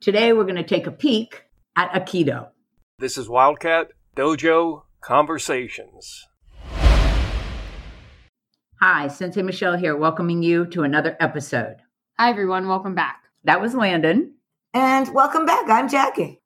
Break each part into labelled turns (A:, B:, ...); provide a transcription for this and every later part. A: Today, we're going to take a peek at Aikido.
B: This is Wildcat Dojo Conversations.
A: Hi, Sensei Michelle here, welcoming you to another episode.
C: Hi, everyone. Welcome back.
A: That was Landon.
D: And welcome back. I'm Jackie.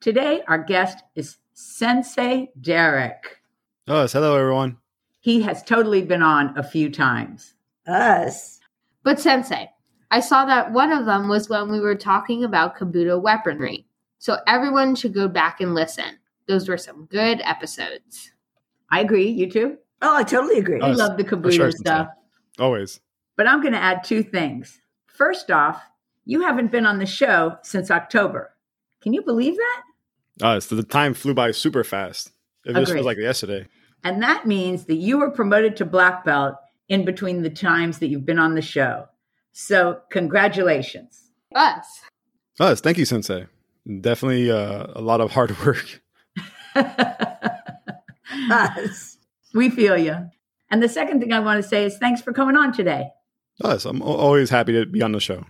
A: Today, our guest is Sensei Derek.
E: Us. Oh, Hello, everyone.
A: He has totally been on a few times.
D: Us.
C: But, Sensei, I saw that one of them was when we were talking about Kabuto weaponry. So, everyone should go back and listen. Those were some good episodes.
A: I agree. You too?
D: Oh, I totally agree.
A: I
E: Us.
A: love the Kabuto
E: sure, Sensei.
A: stuff.
E: Always.
A: But I'm going to add two things. First off, you haven't been on the show since October. Can you believe that?
E: Us. Uh, The time flew by super fast. It just
A: Agreed.
E: feels like yesterday.
A: And that means that you were promoted to black belt in between the times that you've been on the show. So, congratulations.
C: Us.
E: Us. Uh, Thank you, Sensei. Definitely uh, a lot of hard work.
D: Us.
A: we feel you. And the second thing I want to say is thanks for coming on today.
E: Us. I'm al- always happy to be on the show.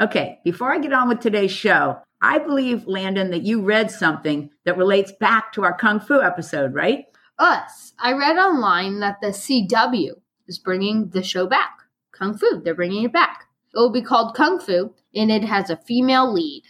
A: Okay, before I get on with today's show, I believe, Landon, that you read something that relates back to our Kung Fu episode, right?
C: Us. I read online that the CW is bringing the show back. Kung Fu. They're bringing it back. It will be called Kung Fu, and it has a female lead.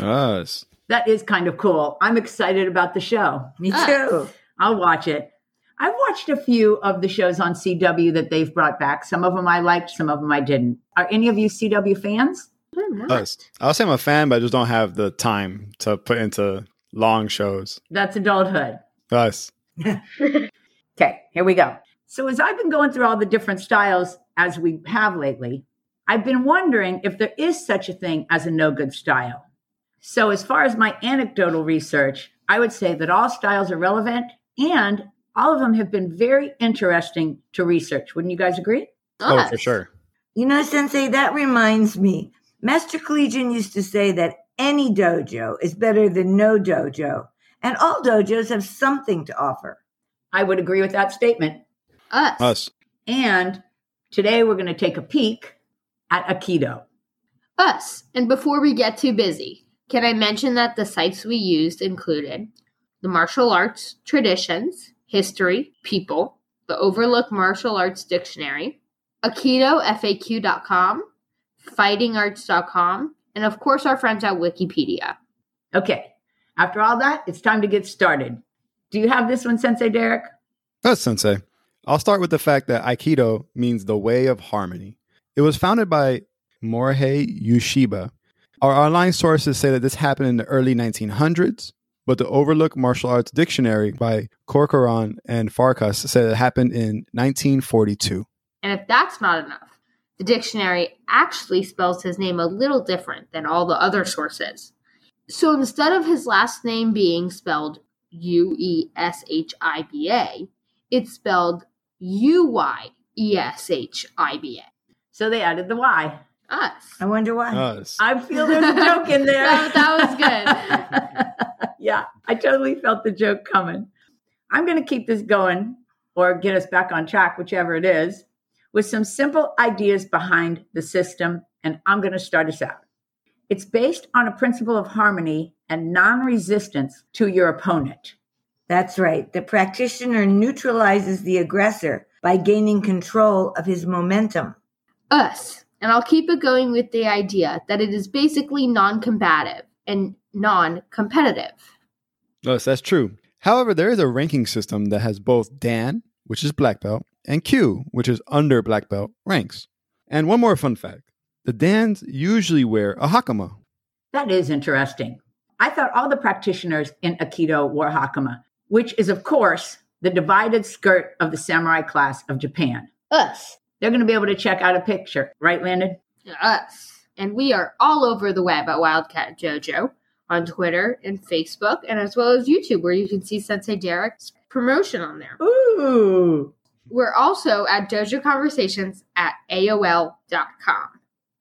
E: Us.
A: That is kind of cool. I'm excited about the show.
D: Me
C: Us.
D: too.
A: I'll watch it. I've watched a few of the shows on CW that they've brought back. Some of them I liked, some of them I didn't. Are any of you CW fans?
C: I'm not.
E: Us. I'll say I'm a fan, but I just don't have the time to put into long shows.
A: That's adulthood.
E: Us.
A: Okay, here we go. So, as I've been going through all the different styles as we have lately, I've been wondering if there is such a thing as a no good style. So, as far as my anecdotal research, I would say that all styles are relevant and all of them have been very interesting to research. Wouldn't you guys agree?
E: Oh,
C: Us.
E: for sure.
D: You know, Sensei, that reminds me. Master Collegian used to say that any dojo is better than no dojo, and all dojos have something to offer.
A: I would agree with that statement.
C: Us.
E: Us.
A: And today we're going to take a peek at Aikido.
C: us. And before we get too busy, can I mention that the sites we used included the martial arts traditions, history, people, the Overlook Martial Arts Dictionary, akitofaq.com, fightingarts.com, and of course our friends at Wikipedia.
A: Okay, after all that, it's time to get started. Do you have this one, Sensei Derek?
E: That's sensei. I'll start with the fact that Aikido means the way of harmony. It was founded by Morihei Yoshiba. Our online sources say that this happened in the early 1900s, but the Overlook Martial Arts Dictionary by Corcoran and Farkas said it happened in 1942.
C: And if that's not enough, the dictionary actually spells his name a little different than all the other sources. So instead of his last name being spelled U E S H I B A, it's spelled U Y E S H I B
A: So they added the Y.
C: A. Us.
D: I wonder why.
E: Us.
A: I feel there's a joke in there.
C: That- that
A: was good. yeah, I totally felt the joke coming. I'm going to keep this going or get us back on track, whichever it is, with some simple ideas behind the system. And I'm going to start us out. It's based on a principle of harmony and non resistance to your opponent.
D: That's right. The practitioner neutralizes the aggressor by gaining control of his momentum.
C: Us. And I'll keep it going with the idea that it is basically non combative and non competitive.
E: Yes, that's true. However, there is a ranking system that has both Dan, which is black belt, and Q, which is under black belt, ranks. And one more fun fact the Dans usually wear a hakama.
A: That is interesting. I thought all the practitioners in Aikido wore hakama, which is, of course, the divided skirt of the samurai class of Japan.
C: Us.
A: They're going to be able to check out a picture, right, Landon?
C: us. And we are all over the web at Wildcat Jojo on Twitter and Facebook, and as well as YouTube, where you can see Sensei Derek's promotion on there.
A: Ooh.
C: We're also at Dojo Conversations at AOL.com.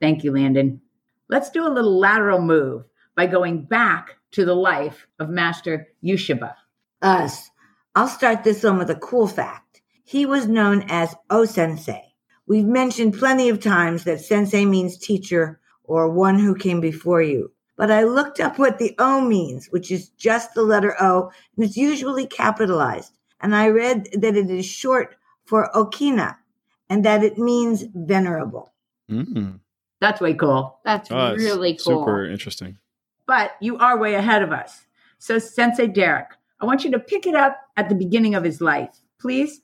A: Thank you, Landon. Let's do a little lateral move by going back to the life of Master Yushiba.
D: Us. I'll start this one with a cool fact. He was known as O Sensei. We've mentioned plenty of times that sensei means teacher or one who came before you. But I looked up what the O means, which is just the letter O, and it's usually capitalized. And I read that it is short for Okina and that it means venerable.
E: Mm.
A: That's way cool.
C: That's
E: Oh, it's
C: really cool.
E: Super interesting.
A: But you are way ahead of us. So, Sensei Derek, I want you to pick it up at the beginning of his life, please.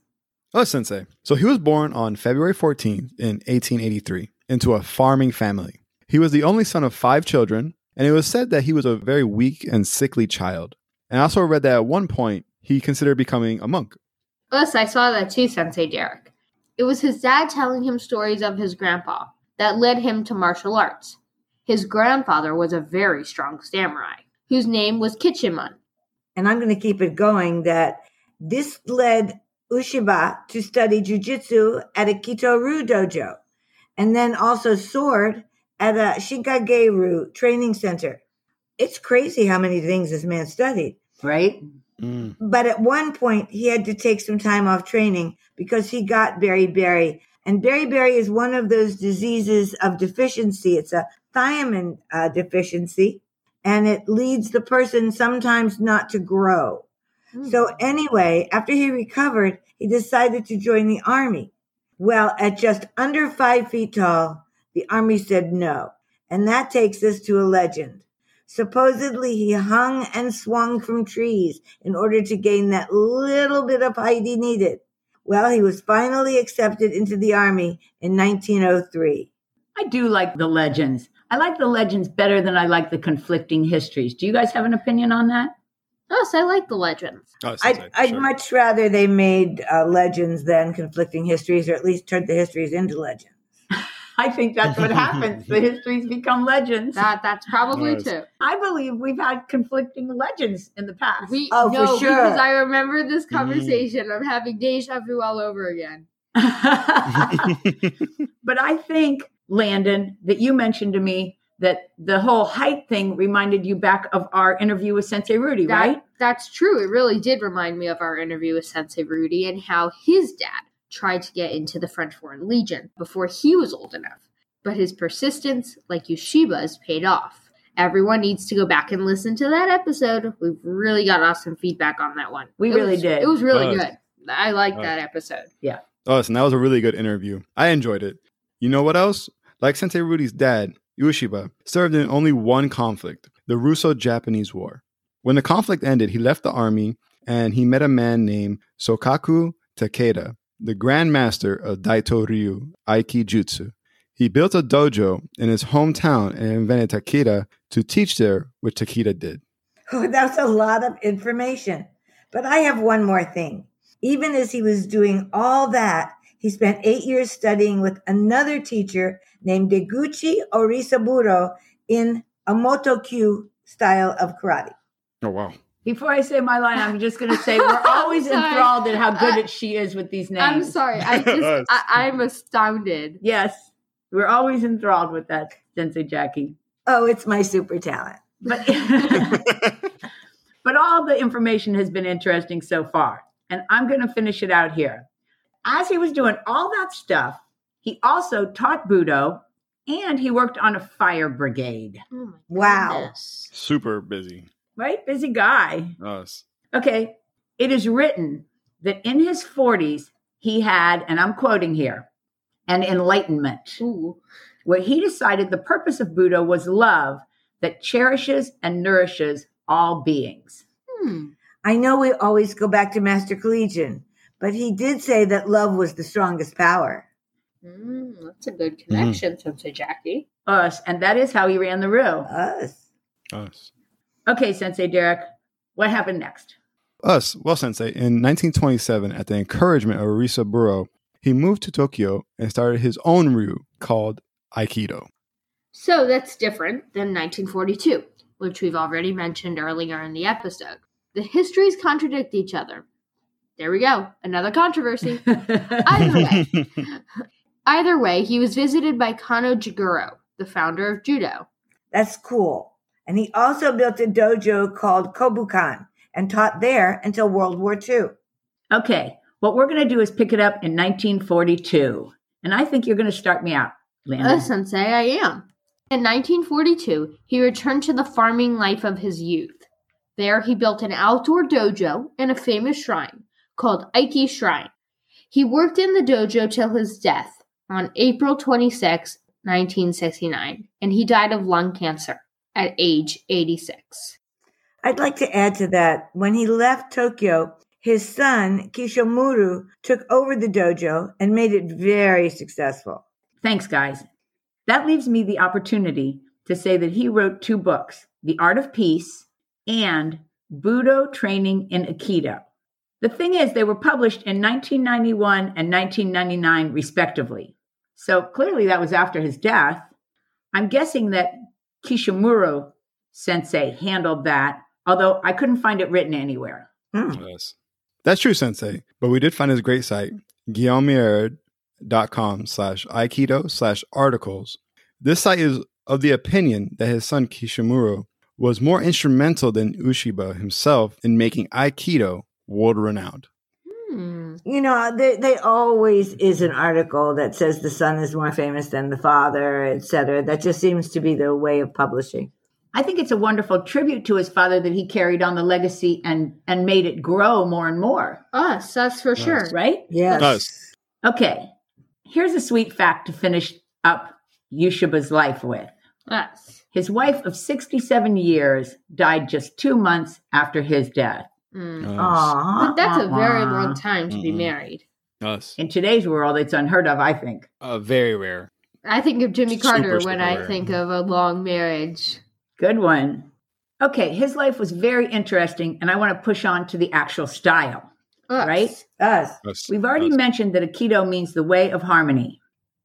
E: Oh, Sensei. So he was born on February 14th in 1883 into a farming family. He was the only son of five children, and it was said that he was a very weak and sickly child. And I also read that at one point he considered becoming a monk.
C: Plus, I saw that too, Sensei Derek. It was his dad telling him stories of his grandpa that led him to martial arts. His grandfather was a very strong samurai, whose name was Kichimon.
D: And I'm going to keep it going that this led Ushiba to study jujitsu at a Kitoru dojo and then also sword at a Shigageru training center. It's crazy how many things this man studied.
A: Right?
D: But at one point, he had to take some time off training because he got beriberi. And beriberi is one of those diseases of deficiency. It's a thiamine uh, deficiency, and it leads the person sometimes not to grow. So, anyway, after he recovered, he decided to join the army. Well, at just under five feet tall, the army said no. And that takes us to a legend. Supposedly, he hung and swung from trees in order to gain that little bit of height he needed. Well, he was finally accepted into the army in 1903.
A: I do like the legends. I like the legends better than I like the conflicting histories. Do you guys have an opinion on that?
C: Plus, I like the legends.
E: Oh,
D: I'd,
E: Sensei,
D: I'd
E: sure.
D: much rather they made uh, legends than conflicting histories, or at least turned the histories into legends.
A: I think that's what happens. The histories become legends.
C: That that's probably
E: Nice.
C: true.
A: I believe we've had conflicting legends in the past.
C: We
D: Oh, for
C: no,
D: sure.
C: because I remember this conversation. I'm having deja vu all over again.
A: but I think, Landon, that you mentioned to me that the whole height thing reminded you back of our interview with Sensei Rudy,
C: That-
A: right?
C: That's true. It really did remind me of our interview with Sensei Rudy and how his dad tried to get into the French Foreign Legion before he was old enough. But his persistence, like Yoshiba's, paid off. Everyone needs to go back and listen to that episode. We really got awesome feedback on that one.
A: We
C: It
A: really
C: was-
A: did.
C: It was really
E: Oh,
C: good. I like
E: oh.
C: that episode.
E: Oh, listen, that was a really good interview. I enjoyed it. You know what else? Like Sensei Rudy's dad, Ueshiba, served in only one conflict, the Russo-Japanese War. When the conflict ended, he left the army and he met a man named Sokaku Takeda, the Grand Master of Daito Ryu Aikijutsu. He built a dojo in his hometown and invented Takeda to teach there, which Takeda did.
D: Oh, that's a lot of information. But I have one more thing. Even as he was doing all that, he spent eight years studying with another teacher named Deguchi Orisaburo in a Motokyu style of karate.
E: Oh, wow.
A: Before I say my line, I'm just going to say we're always
C: I'm sorry.
A: enthralled at how good
C: I-
A: it she is with these names.
C: I'm sorry. I just I, I'm astounded.
A: Yes, we're always enthralled with that, Sensei Jackie.
D: Oh, it's my super talent.
A: But but all the information has been interesting so far, and I'm going to finish it out here. As he was doing all that stuff, he also taught Budo, and he worked on a fire brigade.
C: Oh my
D: Wow.
C: goodness.
E: Super busy.
A: Right, busy guy.
E: Us.
A: Okay, it is written that in his 40s he had, and I'm quoting here, an enlightenment.
C: Ooh.
A: where he decided the purpose of Buddha was love that cherishes and nourishes all beings.
C: Hmm.
D: I know we always go back to Master Collegian, but he did say that love was the strongest power.
C: Mm, that's a good connection, Sensei Jackie.
A: Us, and that is how he ran the room.
D: Us.
E: Us.
A: Okay, Sensei Derek, what happened next?
E: Us, well, Sensei, in 1927, at the encouragement of Arisa Buro, he moved to Tokyo and started his own Ryu called Aikido.
C: So that's different than 1942, which we've already mentioned earlier in the episode. The histories contradict each other. There we go, another controversy. Either way, either way, he was visited by Kano Jigoro, the founder of judo.
D: That's cool. And he also built a dojo called Kobukan and taught there until World War II.
A: okay, what we're going to do is pick it up in 1942. And I think you're going to start me out,
C: Oh,
A: Landon.
C: sensei, I am. In 1942, he returned to the farming life of his youth. There, he built an outdoor dojo and a famous shrine called Aiki Shrine. He worked in the dojo till his death on April 26, 1969, and he died of lung cancer at age 86.
D: I'd like to add to that. When he left Tokyo, his son, Kishimuru, took over the dojo and made it very successful.
A: Thanks, guys. That leaves me the opportunity to say that he wrote two books The Art of Peace and Budo Training in Aikido. The thing is, they were published in 1991 and 1999, respectively. So clearly, that was after his death. I'm guessing that Kishimuro sensei handled that, although I couldn't find it written anywhere.
D: Hmm.
E: Yes. That's true, Sensei. But we did find his great site, guillaumeerd.com slash Aikido slash articles. This site is of the opinion that his son Kishimuro was more instrumental than Ushiba himself in making Aikido world renowned.
C: Hmm.
D: You know, there, there always is an article that says the son is more famous than the father, et cetera. That just seems to be their way of publishing.
A: I think it's a wonderful tribute to his father that he carried on the legacy and and made it grow more and more,
C: Us, that's for
E: Nice.
C: sure.
A: right?
D: Yes.
E: Nice.
A: Okay. Here's a sweet fact to finish up Yushiba's life with.
C: Us.
A: His wife of 67 years died just 2 months after his death.
C: Mm.
E: Nice.
D: Aw.
C: But that's a very
A: Wah, wah.
C: long time to be
E: Mm-mm.
C: married.
E: Nice.
A: In today's world, it's unheard of, I think.
E: Uh, very rare.
C: I think of Jimmy
E: Super,
C: Carter
E: super
C: when I
E: rare.
C: think of a long marriage.
A: Good one. Okay, his life was very interesting, and I want to push on to the actual style.
C: Us.
A: Right?
D: Us.
E: Nice.
A: We've already
E: Nice.
A: mentioned that Aikido means the way of harmony.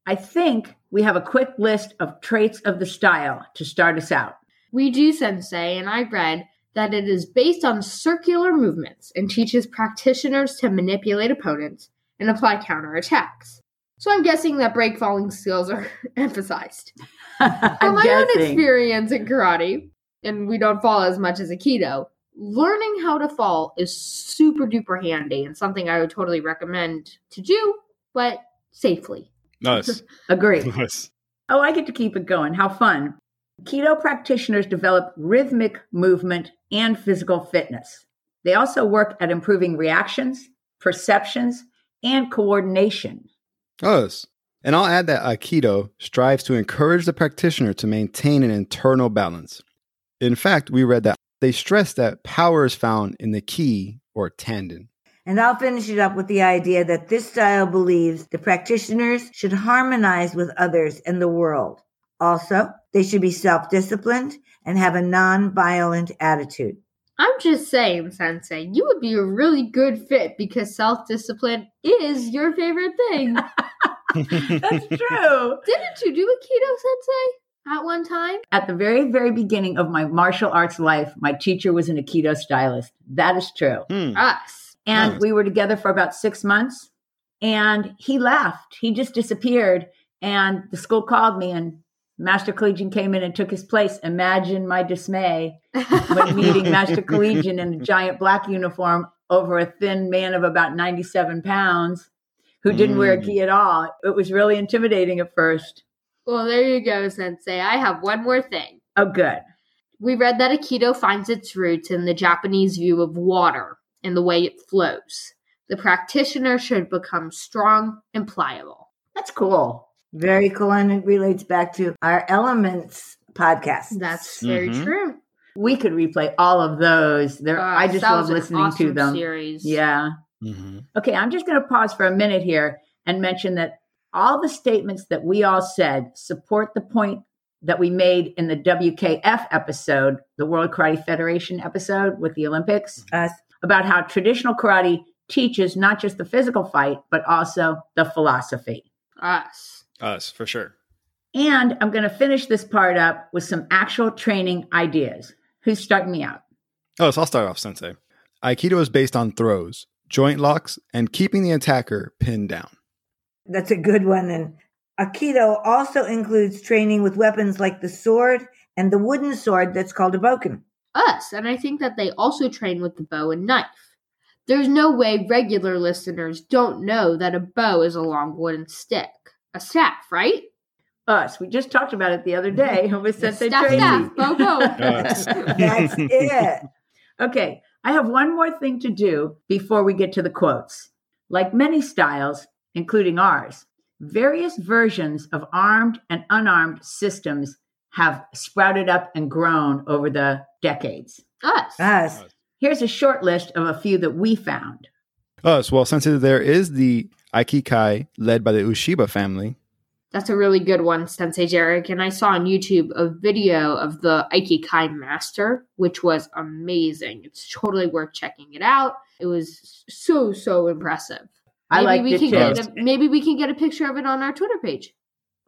A: I think we have a quick list of traits of the style to start us out.
C: We do sensei, and I read that it is based on circular movements and teaches practitioners to manipulate opponents and apply counterattacks. So I'm guessing that break falling skills are emphasized. From
A: I'm
C: my own
A: guessing.
C: experience in karate, and we don't fall as much as Aikido, learning how to fall is super duper handy and something I would totally recommend to do, but safely.
E: Nice.
A: Agree.
E: nice.
A: Oh, I get to keep it going. How fun. Keto practitioners develop rhythmic movement and physical fitness. They also work at improving reactions, perceptions, and coordination.
E: Nice. And I'll add that Aikido strives to encourage the practitioner to maintain an internal balance. In fact, we read that they stress that power is found in the ki or tendon.
D: And I'll finish it up with the idea that this style believes the practitioners should harmonize with others and the world. Also, they should be self disciplined and have a non violent attitude.
C: I'm just saying, Sensei, you would be a really good fit because self discipline is your favorite thing.
A: That's true.
C: Didn't you do a keto, Sensei, at one time?
A: At the very, very beginning of my martial arts life, my teacher was an Aikido stylist. That is true.
E: Hmm.
C: Us.
A: And
E: Nice.
A: we were together for about six months and he left. He just disappeared. And the school called me and Master Collegian came in and took his place. Imagine my dismay when meeting Master Collegian in a giant black uniform over a thin man of about 97 pounds who didn't wear a
E: Mm.
A: gi at all. It was really intimidating at first.
C: well, there you go, Sensei. I have one more thing.
A: Oh, good.
C: We read that Aikido finds its roots in the Japanese view of water and the way it flows. The practitioner should become strong and pliable.
A: That's cool.
D: Very cool. And it relates back to our elements podcast.
C: That's very
A: Mm-hmm.
E: Mhm.
C: true.
A: We could replay all of those. There,
C: Uh,
A: I just
C: that
A: love
C: was an
A: listening to
C: awesome
A: them.
C: Series.
A: Yeah.
E: Mhm.
A: Okay, I'm just going to pause for a minute here and mention that all the statements that we all said support the point that we made in the WKF episode, the World Karate Federation episode with the Olympics,
D: Us.
A: about how traditional karate teaches not just the physical fight, but also the philosophy.
C: Us.
E: Us, for sure.
A: And I'm going to finish this part up with some actual training ideas. Who's starting me out?
E: Oh, so I'll start off, Sensei. Aikido is based on throws, joint locks, and keeping the attacker pinned down.
D: That's a good one. And Aikido also includes training with weapons like the sword and the wooden sword that's called a boken.
C: us, and I think that they also train with the bow and knife. There's no way regular listeners don't know that a bow is a long wooden stick, a staff, right?
A: us. We just talked about it the other
C: Mm-hmm.
A: day with Sensei
C: Staff,
A: Tracy.
C: staff, go, go.
D: That's it.
A: Okay, I have one more thing to do before we get to the quotes. Like many styles, including ours, various versions of armed and unarmed systems have sprouted up and grown over the decades.
C: Us.
D: Us.
A: Here's a short list of a few that we found.
E: Us. Well, since there is the Aikikai led by the Ushiba family,
C: That's a really good one, Sensei Jarek. And I saw on YouTube a video of the Aikikai Master, which was amazing. It's totally worth checking it out. It was so, so impressive.
A: I like
C: we
A: it
C: can
A: too.
C: get a, Maybe we can get a picture of it on our Twitter page.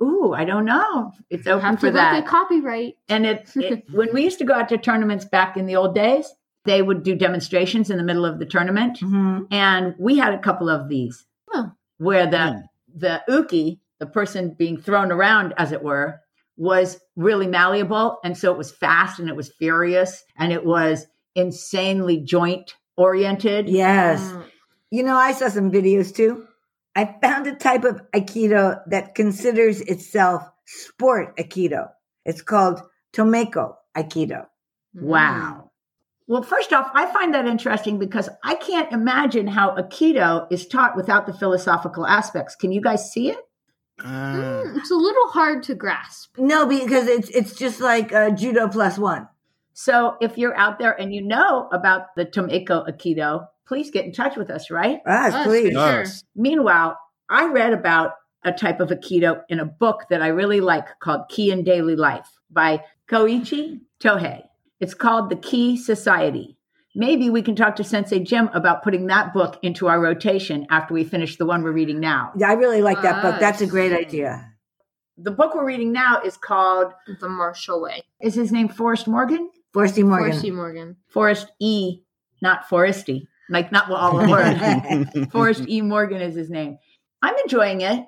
A: Ooh, I don't know. It's open
C: Have to
A: for
C: look
A: that.
C: at copyright.
A: And it, it when we used to go out to tournaments back in the old days, they would do demonstrations in the middle of the tournament,
C: Mm-hmm.
D: Mhm.
A: and we had a couple of these
C: Oh.
A: where the the uki, the person being thrown around as it were, was really malleable, and so it was fast and it was furious and it was insanely joint oriented.
D: Yes.
C: Mm.
D: You know, I saw some videos too. I found a type of Aikido that considers itself sport Aikido. It's called Tomeko Aikido.
A: Mm.
C: Mm.
A: Wow. Well, first off, I find that interesting because I can't imagine how Aikido is taught without the philosophical aspects. Can you guys see it?
E: Ah.
C: Mm, It's a little hard to grasp.
D: No, because it's it's just like uh, judo plus one.
A: So if you're out there and you know about the Tomiko Aikido, please get in touch with us, right?
D: Us,
C: Us,
D: please.
C: for
E: Us.
A: Meanwhile, I read about a type of Aikido in a book that I really like called Key in Daily Life by Koichi Tohei. It's called The Key Society. Maybe we can talk to Sensei Jim about putting that book into our rotation after we finish the one we're reading now.
D: I really like that book.
C: Us.
D: That's a great idea.
A: The book we're reading now is called,
C: sure. The martial way.
A: is his name Forrest Morgan?
D: Forsty E. Morgan.
C: Percy Morgan.
A: Forrest E, not Forresty. Like, not all the word. Forrest E. Morgan is his name. I'm enjoying it.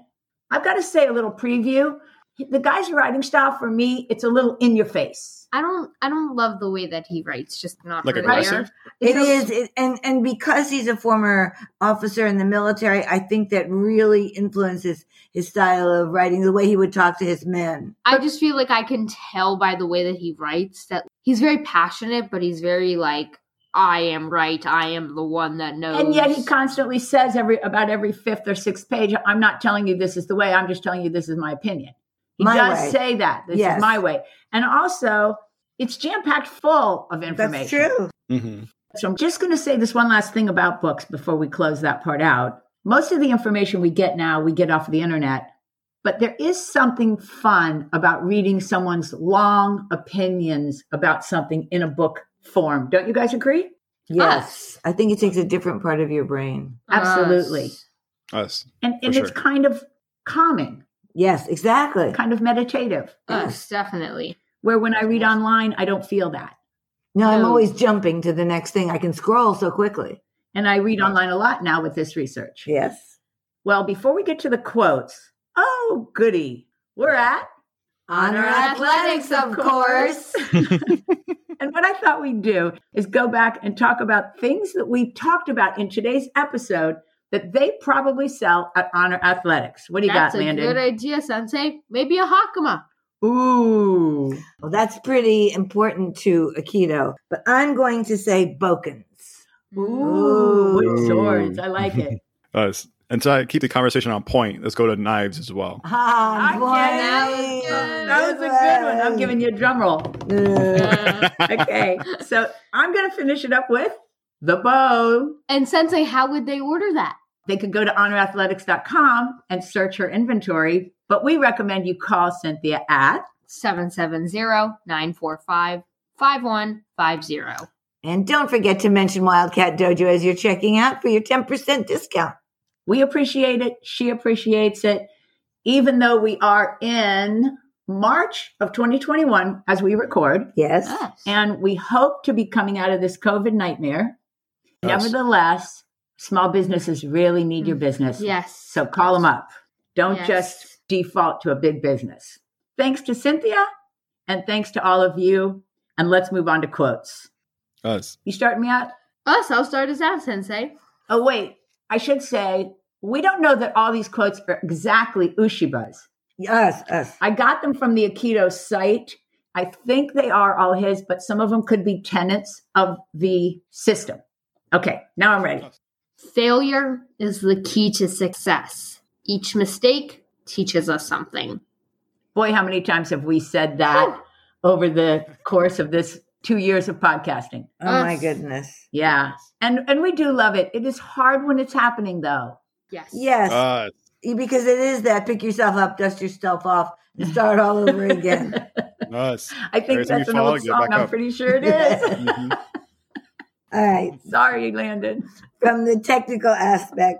A: I've got to say a little preview. The guy's writing style for me, it's a little in your face.
C: I don't. I don't love the way that he writes. Just not
E: Like
C: really
E: aggressive?
D: It is, it, and and because he's a former officer in the military, I think that really influences his style of writing, the way he would talk to his men.
C: I just feel like I can tell by the way that he writes that he's very passionate, but he's very like, I am right. I am the one that knows.
A: And yet he constantly says every about every fifth or sixth page, I'm not telling you this is the way, I'm just telling you this is my opinion. He
D: My
A: does
D: way.
A: say that. This
D: Yes.
A: is my way. And also, it's jam-packed full of information.
D: That's true.
E: Mhm.
A: So I'm just going to say this one last thing about books before we close that part out. Most of the information we get now, we get off the internet, but there is something fun about reading someone's long opinions about something in a book form. Don't you guys agree?
D: Yes, I think it takes a different part of your brain.
A: Absolutely.
C: Us.
E: Us.
A: And, and
E: For
A: it's
E: sure.
A: kind of calming,
D: Yes, exactly.
A: kind of meditative,
C: Us, definitely.
A: where when I read online, I don't feel that.
D: No, I'm
C: No.
D: always jumping to the next thing. I can scroll so quickly.
A: And I read online a lot now with this research.
D: Yes,
A: Well, before we get to the quotes, oh, goody. We're at
D: honor athletics, of course.
A: And what I thought we'd do is go back and talk about things that we talked about in today's episode that they probably sell at Honor Athletics. What do you
C: That's
A: got,
C: a
A: Landon?
C: good idea, Sensei. Maybe a Hakama.
A: Ooh.
D: Well, that's pretty important to Aikido, but I'm going to say Bokens.
A: Ooh.
D: Ooh.
A: Swords. I like it.
E: Us. And so I keep the conversation on point. Let's go to knives as well.
D: Ah,
A: I
D: boy.
C: can't-
A: that was a good one. I'm giving you a drum roll.
C: Uh,
A: Okay. so I'm going to finish it up with the bow.
C: and Sensei, how would they order that?
A: They could go to honorathletics.com and search her inventory, but we recommend you call Cynthia at
C: 770-945-5150.
D: And don't forget to mention Wildcat Dojo as you're checking out for your 10% discount.
A: We appreciate it. She appreciates it. Even though we are in March of 2021 as we record,
D: Yes.
C: Us.
A: and we hope to be coming out of this COVID nightmare.
E: Yes.
A: Nevertheless, small businesses really need your business.
C: yes.
A: So call them up. Don't
C: Yes.
A: just default to a big business. Thanks to Cynthia and thanks to all of you. And let's move on to quotes.
E: Us.
A: You starting me out?
C: Us, I'll start us out, Sensei.
A: Oh, wait. I should say, we don't know that all these quotes are exactly Ushiba's.
D: Yes, yes.
A: I got them from the Aikido site. I think they are all his, but some of them could be tenants of the system. Okay, now I'm ready.
C: Failure is the key to success. Each mistake teaches us something.
A: Boy, how many times have we said that over the course of this two years of podcasting?
D: Oh my
C: Us.
D: goodness.
A: Yeah. And and we do love it. It is hard when it's happening though.
C: Yes.
D: Yes,
E: Uh,
D: because it is that pick yourself up, dust yourself off, and start all over again.
E: us.
A: I think
E: Every time
A: that's
E: you
A: an
E: fall,
A: old
E: get
A: song.
E: back
A: I'm
E: up.
A: pretty sure it is.
E: Mhm.
D: All right.
A: Sorry, Landon.
D: From the technical aspect,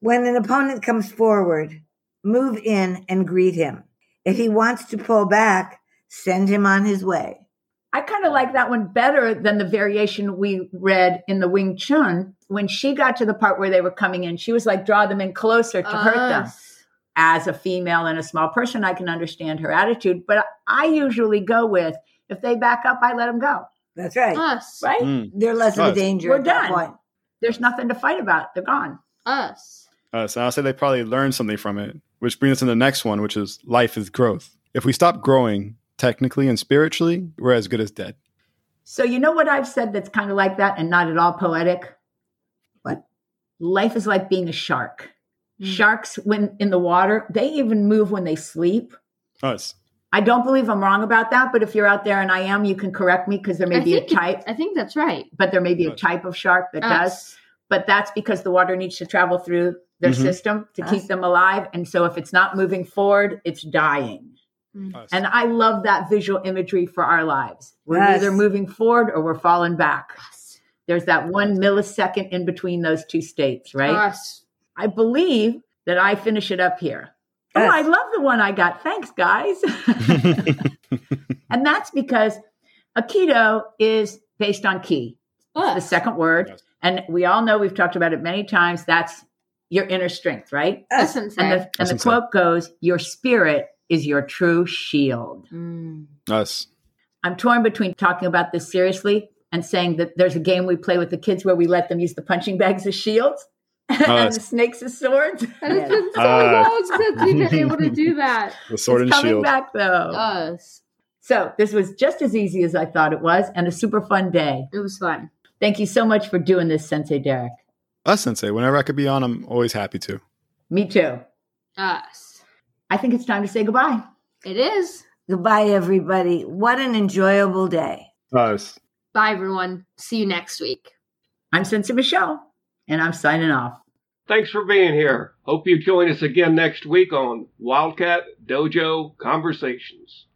D: when an opponent comes forward, move in and greet him. If he wants to pull back, send him on his way.
A: I kind of like that one better than the variation we read in the Wing Chun. When she got to the part where they were coming in, she was like, draw them in closer to hurt them.
E: Ah.
C: Us.
A: as a female and a small person, I can understand her attitude. But I usually go with if they back up, I let them go.
D: That's right.
C: Us.
A: Right?
E: Mm,
D: They're less of a
E: Us.
D: danger.
A: We're
D: at that
A: done.
D: point.
A: There's nothing to fight about. They're gone.
C: Us.
E: us. And I'll say they probably learned something from it, which brings us to the next one, which is life is growth. If we stop growing technically and spiritually, we're as good as dead.
A: So you know what I've said that's kind of like that and not at all poetic.
D: What?
A: Life is like being a shark.
C: Mm.
A: Sharks, when in the water, they even move when they sleep.
E: Us.
A: I don't believe I'm wrong about that, but if you're out there and I am, you can correct me because there may
C: I
A: be a
C: think it-
A: type,
C: I think that's right.
A: but there may be a
E: Right.
A: type of shark that does.
C: Us.
A: but that's because the water needs to travel through their
E: Mhm.
A: system to
D: Us.
A: keep them alive. And so if it's not moving forward, it's dying.
E: Us.
A: And I love that visual imagery for our lives. We're
D: Yes.
A: either moving forward or we're falling back.
C: Us.
A: There's that one millisecond in between those two states, right?
E: Uh,
C: Us.
A: I believe that I finish it up here. Oh,
D: Us.
A: I love the one I got. Thanks, guys. and that's because Aikido is based on ki,
C: Us.
A: the second word.
E: Yes.
A: And we all know we've talked about it many times. That's your inner strength, right?
C: Us.
A: And the, and the
E: That's insane.
A: quote goes, Your spirit is your true shield.
C: Mm.
E: Us.
A: I'm torn between talking about this seriously and saying that there's a game we play with the kids where we let them use the punching bags as shields and
E: Oh, that's-
A: the snakes as swords.
C: That has been so
E: Us.
C: long since we've been able to do that.
E: The sword
A: it's
E: and
A: coming
E: shield.
A: back though.
C: Oh. Us.
A: so this was just as easy as I thought it was and a super fun day.
C: It was fun.
A: Thank you so much for doing this, Sensei Derek.
E: Us, Sensei. Whenever I could be on, I'm always happy to.
A: Me too.
C: Us.
A: I think it's time to say goodbye.
C: It is.
D: Goodbye, everybody. What an enjoyable day.
E: Us.
C: Bye, everyone. See you next week.
A: I'm Sensei Michelle and I'm signing off.
B: Thanks for being here. Hope you join us again next week on Wildcat Dojo Conversations.